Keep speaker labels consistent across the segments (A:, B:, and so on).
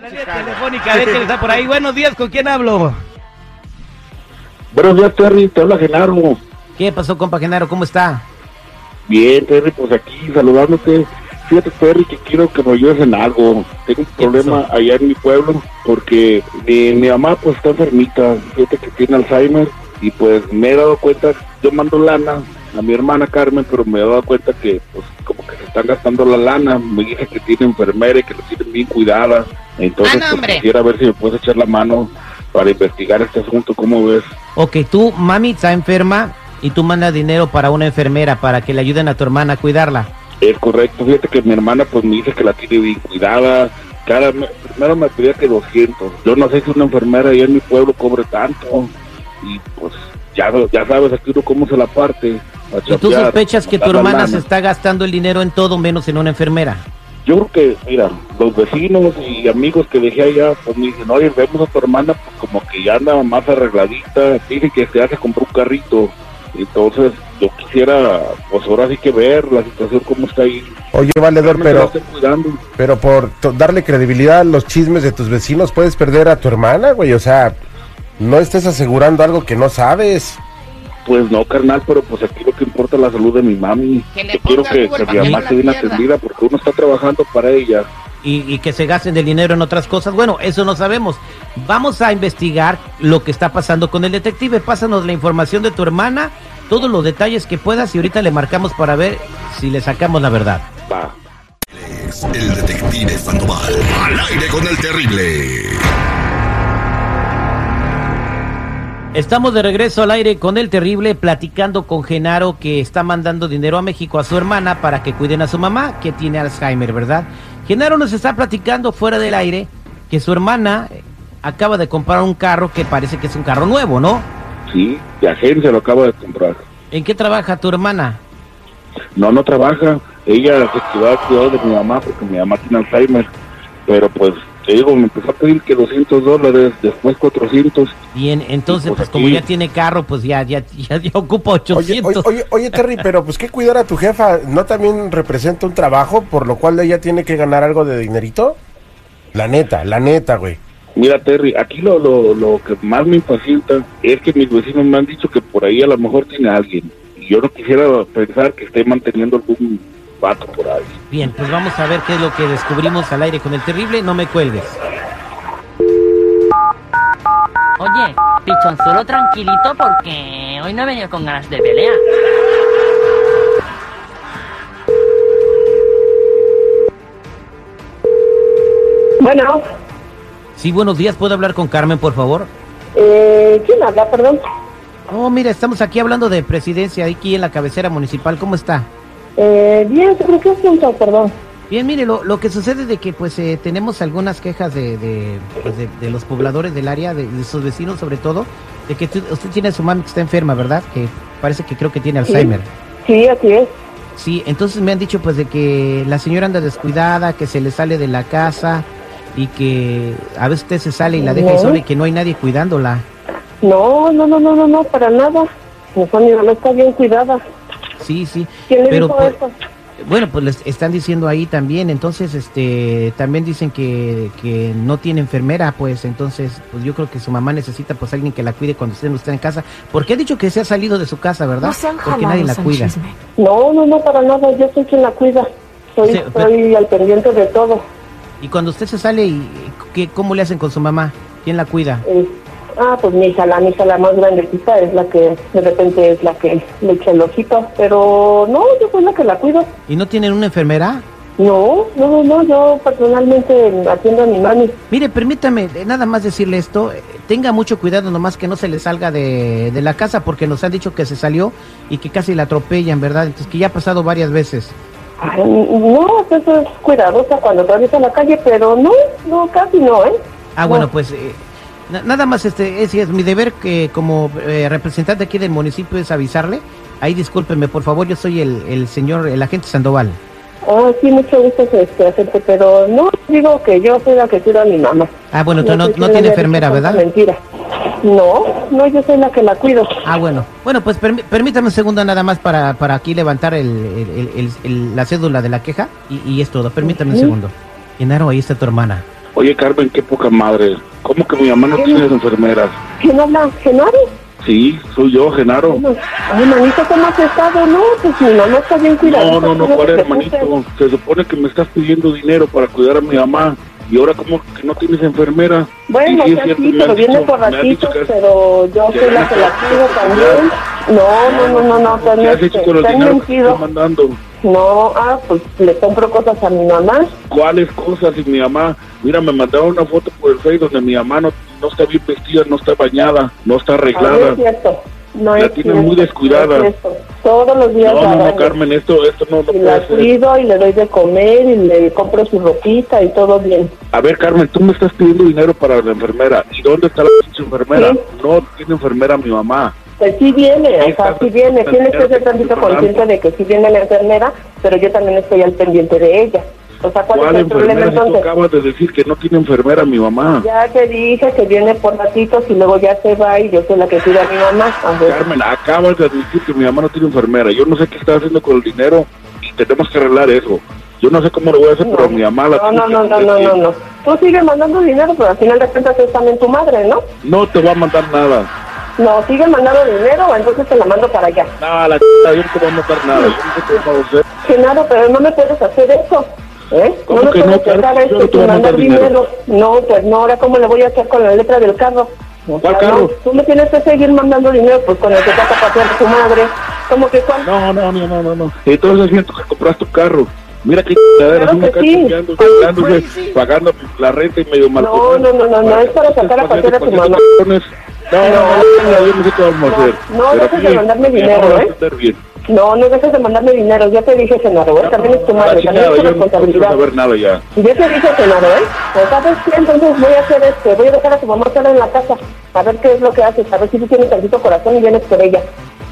A: telefónica, a ver quién está por ahí. Buenos días, ¿con quién hablo?
B: Buenos días, Terry. Te habla Genaro.
A: ¿Qué pasó, compa Genaro? ¿Cómo está?
B: Bien, Terry, pues aquí saludándote. Fíjate, Terry, que quiero que me ayudes en algo. Tengo un problema allá en mi pueblo porque mi, mi mamá pues está enfermita. Fíjate que tiene Alzheimer y pues me he dado cuenta, yo mando lana a mi hermana Carmen, pero me he dado cuenta que pues como que se están gastando la lana. Me dice que tiene enfermera y que la tienen bien cuidada. Entonces
C: Ah, no,
B: pues,
C: hombre.
B: quisiera ver si me puedes echar la mano para investigar este asunto. ¿Cómo ves?
A: Ok, tu mami está enferma y tú mandas dinero para una enfermera para que le ayuden a tu hermana a cuidarla.
B: Es correcto, fíjate que mi hermana pues me dice que la tiene bien cuidada. Cara, me- primero me pedía que 200. Yo no sé si una enfermera allá en mi pueblo cobre tanto. Y pues ya, ya sabes aquí uno cómo se la parte. a
A: Y tú
B: chambear,
A: sospechas que tu
B: mandar la
A: hermana se
B: lana.
A: está gastando el dinero en todo menos en una enfermera.
B: Yo creo que, mira, los vecinos y amigos que dejé allá pues me dicen, oye, vemos a tu hermana pues como que ya anda más arregladita. Dice que ya se compró un carrito. Entonces yo quisiera pues ahora sí que ver la situación cómo está ahí.
D: Oye, valedor,
B: Me la
D: pero,
B: estoy cuidando.
D: pero por to- darle credibilidad a los chismes de tus vecinos, puedes perder a tu hermana, güey. O sea, no estés asegurando algo que no sabes.
B: Pues no, carnal, pero pues aquí lo que importa es la salud de mi mami.
C: Que le
B: Yo quiero
C: ponga
B: que,
C: Google
B: que
C: para
B: mi
C: que no
B: mamá
C: la
B: esté bien
C: pierda.
B: atendida porque uno está trabajando para ella.
A: y, y que se gasten el dinero en otras cosas. Bueno, eso no sabemos. Vamos a investigar lo que está pasando con el detective. Pásanos la información de tu hermana, todos los detalles que puedas y ahorita le marcamos para ver si le sacamos la verdad.
B: Va.
E: El detective Sandoval. Al aire con el terrible.
A: Estamos de regreso al aire con el terrible platicando con Genaro que está mandando dinero a México a su hermana para que cuiden a su mamá que tiene Alzheimer, ¿verdad? Genaro nos está platicando fuera del aire que su hermana eh, acaba de comprar un carro que parece que es un carro nuevo, ¿no?
B: Sí, de agencia lo acaba de comprar.
A: ¿En qué trabaja tu hermana?
B: No, no trabaja. Ella se quedó al cuidado de mi mamá porque mi mamá tiene Alzheimer. Pero pues, te digo, me empezó a pedir que 200 dólares, después 400.
A: Bien, entonces,
B: Pues
A: pues, como
B: aquí-
A: ya tiene carro, pues ya, ya, ya, ya ocupa
D: Oye,
A: 800.
D: oye, oye, oye, Terry, pero pues que cuidar a tu jefa no también representa un trabajo por lo cual ella tiene que ganar algo de dinerito. La neta, la neta, güey.
B: Mira, Terry, aquí lo, lo, lo que más me impacienta es que mis vecinos me han dicho que por ahí a lo mejor tiene alguien. Y yo no quisiera pensar que esté manteniendo algún vato por ahí.
A: Bien, pues vamos a ver qué es lo que descubrimos al aire con el terrible. No me cuelgues.
F: Oye, pichonzuelo tranquilito porque hoy no he venido con ganas de pelea.
G: Bueno,
A: Sí, buenos días. ¿Puedo hablar con Carmen, por favor?
G: eh, ¿quién habla? Perdón.
A: Oh, mira, estamos aquí hablando de presidencia, aquí en la cabecera municipal. ¿Cómo está?
G: Eh, bien, ¿sobre qué asunto? Perdón.
A: Bien, mire, lo, lo que sucede de que pues eh, tenemos algunas quejas de, de, pues, de- de los pobladores del área, de, de sus vecinos sobre todo, de que tú- usted tiene a su mami que está enferma, ¿verdad? Que parece que creo que tiene
G: Sí.
A: Alzheimer.
G: Sí, así es.
A: Sí, entonces me han dicho pues de que la señora anda descuidada, que se le sale de la casa y que a veces usted se sale y la deja ahí
G: No.
A: sola y que no hay nadie cuidándola.
G: No, no, no, no, no, no, para nada. Mi familia no está bien cuidada.
A: Sí, sí.
G: ¿Quién le
A: Pero,
G: dijo
A: pues,
G: eso?
A: Bueno, pues les están diciendo ahí también, entonces este también dicen que, que no tiene enfermera, pues entonces pues yo creo que su mamá necesita pues alguien que la cuide cuando usted no está en casa, porque ha dicho que se ha salido de su casa, ¿verdad? porque nadie la cuida.
G: No, no, no, para nada. Yo soy quien la cuida. Soy,
A: Sí, pero-
G: soy al pendiente de todo.
A: Y cuando usted se sale y ¿qué, cómo le hacen con su mamá? ¿Quién la cuida?
G: Eh, ah, pues mi hija, la mi hija la más grandecita es la que de repente es la que le echa el ojito. Pero no, yo soy la que la cuido.
A: ¿Y no tienen una enfermera?
G: No, no, no, no, yo personalmente atiendo a mi mami.
A: Mire, permítame eh, nada más decirle esto. eh, Tenga mucho cuidado nomás que no se le salga de, de la casa porque nos han dicho que se salió y que casi la atropellan, ¿verdad? Entonces que ya ha pasado varias veces.
G: Ay, no, pues es cuidadosa cuando atraviesa la calle, pero no, no, casi no, ¿eh?
A: Ah,
G: No.
A: bueno, pues eh, na- nada más este es, es mi deber que como eh, representante aquí del municipio es avisarle. Ahí discúlpeme, por favor, yo soy el, el señor, el agente Sandoval.
G: Ah, sí, mucho gusto este, hacerte, pero no digo que yo soy la que cuida a mi mamá.
A: Ah, bueno, entonces
G: sé
A: no,
G: si
A: no
G: pues, le
A: tiene
G: había
A: enfermera,
G: dicho
A: ¿verdad?
G: tanta Mentira. No, no, yo soy la que la cuido.
A: Ah, bueno. Bueno, pues permí- permítame un segundo nada más para, para aquí levantar el, el- el- el- el- la cédula de la queja y, y es todo. Permítame un
G: Ujú.
A: segundo. Genaro, ahí está tu hermana.
B: Oye, Carmen, qué poca madre. ¿Cómo que mi mamá no tiene enfermeras?
G: ¿Quién habla? ¿Genaro?
B: Sí, soy yo, Genaro.
G: Bueno, Ay, manito, ¿cómo has estado? No, pues mi mamá está bien cuidada.
B: No, no, no, ¿cuál hermanito? Se supone que me estás pidiendo dinero para cuidar a mi mamá. Y ahora, ¿cómo que no tienes enfermera?
G: Bueno,
B: Y
G: sí,
B: es cierto,
G: sí,
B: me
G: pero
B: han
G: viene
B: dicho-
G: por
B: me han dicho
G: ratitos,
B: que-
G: pero yo
B: que
G: soy
B: ya
G: la
B: no
G: que la
B: estás
G: cuido también. No, no, no, no, no, te han,
B: ¿Qué has hecho
G: este,
B: con el
G: te han
B: dinero que te estoy
G: mentido.
B: mandando?
G: No, ah, pues le compro cosas a mi mamá.
B: ¿Cuáles cosas? Y mi mamá, mira, me mandaron una foto por el Facebook donde mi mamá no, no está bien vestida, no está bañada, no está
G: Ah, no
B: arreglada.
G: es cierto. No
B: La
G: es
B: tiene
G: cierto,
B: muy descuidada.
G: no es cierto. Todos los días
B: No,
G: la
B: no, no,
G: baño.
B: Carmen, esto, esto no, no
G: Y la
B: puede ser.
G: cuido y le doy de comer y le compro su ropita y todo bien.
B: A ver, Carmen, tú me estás pidiendo dinero para la enfermera. ¿Y dónde está la pinche enfermera?
G: Sí.
B: No tiene enfermera mi mamá.
G: Pues sí viene, o sea,
B: Está-
G: sí viene.
B: está-
G: Tienes que
B: está-
G: ser tantito
B: está-
G: consciente de que sí viene la enfermera, pero yo también estoy al pendiente de ella. O sea, ¿cuál,
B: ¿Cuál
G: es el problema
B: enfermera? Si tú
G: entonces?
B: acabas de decir que no tiene enfermera mi mamá.
G: Ya te dije que viene por ratitos y luego ya se va y yo soy la que cuida a mi mamá. A ver,
B: Carmen, acabas de admitir que mi mamá no tiene enfermera. Yo no sé qué está haciendo con el dinero y tenemos que arreglar eso. Yo no sé cómo lo voy a hacer, pero mi mamá la
G: no, no,
B: tiene
G: no,
B: que
G: no, no,
B: atender.
G: no, no. Tú sigues mandando dinero, pero al final de cuentas es también tu madre, ¿no?
B: No te va a mandar nada.
G: No, sigue mandando dinero, entonces te la mando para allá.
B: Nada, la ch... yo no te voy a mandar nada. Yo no sé qué vamos a hacer.
G: Genaro, pero no me puedes hacer eso. ¿Eh?
B: ¿Cómo
G: no me
B: que no,
G: puedes
B: Carmen?
G: dejar
B: Yo no
G: esto
B: te voy
G: sin
B: a mandar
G: mandar dinero.
B: dinero.
G: No, pues no, ahora cómo le voy a hacer con la letra del carro. O
B: ¿Cuál
G: sea,
B: carro?
G: no, tú me tienes que seguir mandando dinero, pues con el que está paseando tu madre. ¿Cómo que cuál?
B: No, no, no, no, no, no. Entonces siento que compras tu carro. Mira qué chingadera,
G: Claro
B: uno
G: que
B: acá
G: sí. Pues,
B: chingando, chingándose, pagando la renta y medio mal.
G: No, no, no, no, no, es para sacar a pasear a tu mamá.
B: No, no, no, no, yo no sé qué vamos a
G: No,
B: hacer.
G: no,
B: Pero
G: dejes de
B: sí,
G: mandarme
B: mi
G: dinero,
B: mamá va a
G: ¿eh?
B: entender bien.
G: No, no dejes de mandarme dinero, ya te dije, Genaro, ¿eh? También es tu
B: La
G: madre, también
B: chingada,
G: es tu
B: yo no quiero
G: responsabilidad.
B: saber nada ya.
G: Yo te dije que no, ¿eh? Pues, ¿sabes qué? Entonces voy a hacer este, voy a dejar a tu mamá sola en la casa, a ver qué es lo que haces, a ver si tú tienes tantito corazón y vienes por ella,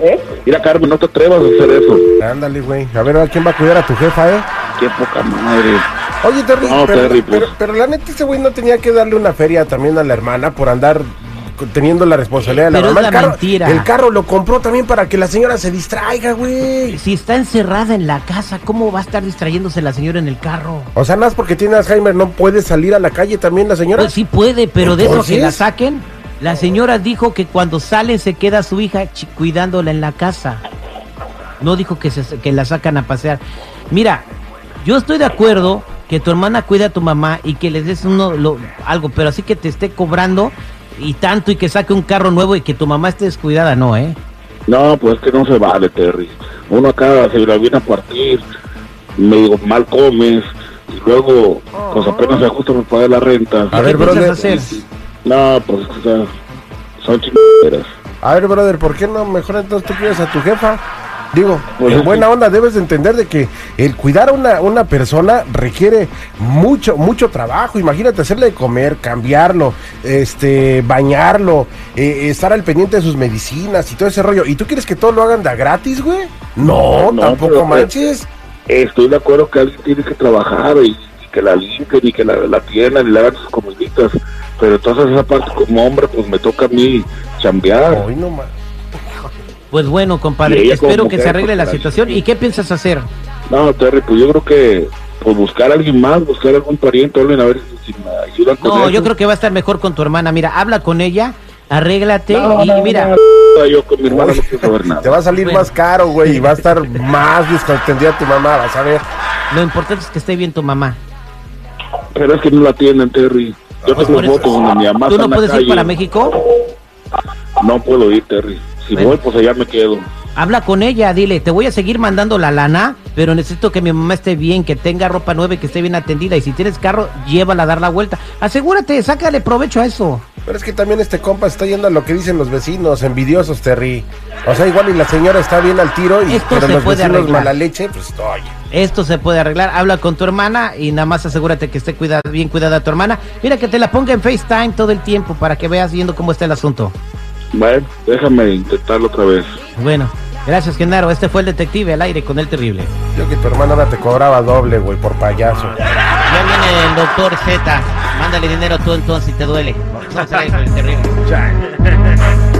G: ¿eh?
B: Mira, Carmen, no te atrevas a hacer eso.
D: Ándale, güey. A ver, ¿a quién va a cuidar a tu jefa, eh?
B: Qué poca madre.
D: Oye, Terry,
B: No,
D: pero,
B: Terry, pues.
D: pero- pero la neta, ese güey no tenía que darle una feria también a la hermana por andar co- teniendo la responsabilidad de la
A: Pero es
D: mamá.
A: la
D: el, carro,
A: mentira.
D: el carro lo compró también para que la señora se distraiga, güey.
A: Si está encerrada en la casa, ¿cómo va a estar distrayéndose la señora en el carro?
D: O sea, nada más porque tiene Alzheimer, no puede salir a la calle también la señora.
A: Pues sí puede, pero de eso a que la
D: Entonces-
A: saquen. La señora dijo que cuando sale se queda su hija chi- cuidándola en la casa. No dijo que, se, que la sacan a pasear. Mira, yo estoy de acuerdo que tu hermana cuide a tu mamá y que les des uno, lo- algo, pero así que te esté cobrando y tanto y que saque un carro nuevo y que tu mamá esté descuidada, no, ¿eh?
B: No, pues es que no se vale, Terry. Uno acá se la viene a partir, medio mal comes, y luego, pues apenas se ajusta para pagar la renta.
D: A
A: Oh. ¿Qué
D: ver,
A: piensas
D: brother.
A: hacer?
B: No, pues, o sea, son chingaderas.
D: A ver, brother, ¿por qué no mejor entonces tú cuidas a tu jefa? Digo,
B: Pues es
D: en
B: que-
D: buena onda debes de entender de que el cuidar a una, una persona requiere mucho, mucho trabajo. Imagínate hacerle de comer, cambiarlo, este, bañarlo, eh, estar al pendiente de sus medicinas y todo ese rollo. ¿Y tú quieres que todo lo hagan de a gratis, güey? No,
B: No,
D: tampoco
B: pero- pues,
D: manches.
B: Estoy de acuerdo que alguien tiene que trabajar y, y que la limpien y que la, la tiendan y le hagan sus comiditas. Pero entonces esa parte como hombre, pues me toca a mí chambear.
D: Hoy no ma-
A: Pues bueno,
B: Y
A: compadre,
B: ella
A: espero
B: como
A: que
B: mujer,
A: se arregle
B: pues,
A: la
B: la-
A: situación. ¿Y qué piensas hacer?
B: No, Terry, pues yo creo que pues buscar a alguien más, buscar algún pariente, hablen a ver si me ayudan con
A: No,
B: eso.
A: yo creo que va a estar mejor con tu hermana. Mira, habla con ella, arréglate
B: No,
A: y
B: no,
A: mira.
B: no, yo con mi hermana no quiero saber
D: Te
B: nada.
D: va a salir
A: Bueno.
D: más caro, güey, y va a estar más descontendida tu mamá, vas a ver.
A: Lo importante es que esté bien tu mamá.
B: Pero es que no la tienen, Terry. Yo
A: Pues
B: tengo
A: por eso-
B: fotos donde mi mamá
A: ¿Tú
B: está
A: no
B: en la
A: puedes ir
B: calle.
A: para México?
B: No puedo ir, Terry. Si
A: Bueno.
B: voy, pues allá me quedo.
A: Habla con ella, dile, te voy a seguir mandando la lana, pero necesito que mi mamá esté bien, que tenga ropa nueva y que esté bien atendida. Y si tienes carro, llévala a dar la vuelta. Asegúrate, sácale provecho a eso.
D: Pero es que también este compa está yendo a lo que dicen los vecinos, envidiosos, Terry. O sea, igual y la señora está bien al tiro, y,
A: Esto
D: pero
A: se
D: los
A: puede
D: vecinos
A: arreglar.
D: mala leche, pues oye.
A: Esto se puede arreglar. Habla con tu hermana y nada más asegúrate que esté cuida- bien cuidada tu hermana. Mira que te la ponga en FaceTime todo el tiempo para que veas viendo cómo está el asunto.
B: Bueno, déjame intentarlo otra vez.
A: Bueno, gracias Genaro. Este fue el detective al aire con el terrible.
D: Yo que tu hermana ahora te cobraba doble, güey, por payaso.
A: Ya viene el doctor Z. Mándale dinero tú entonces si te duele. Vamos al aire con el terrible.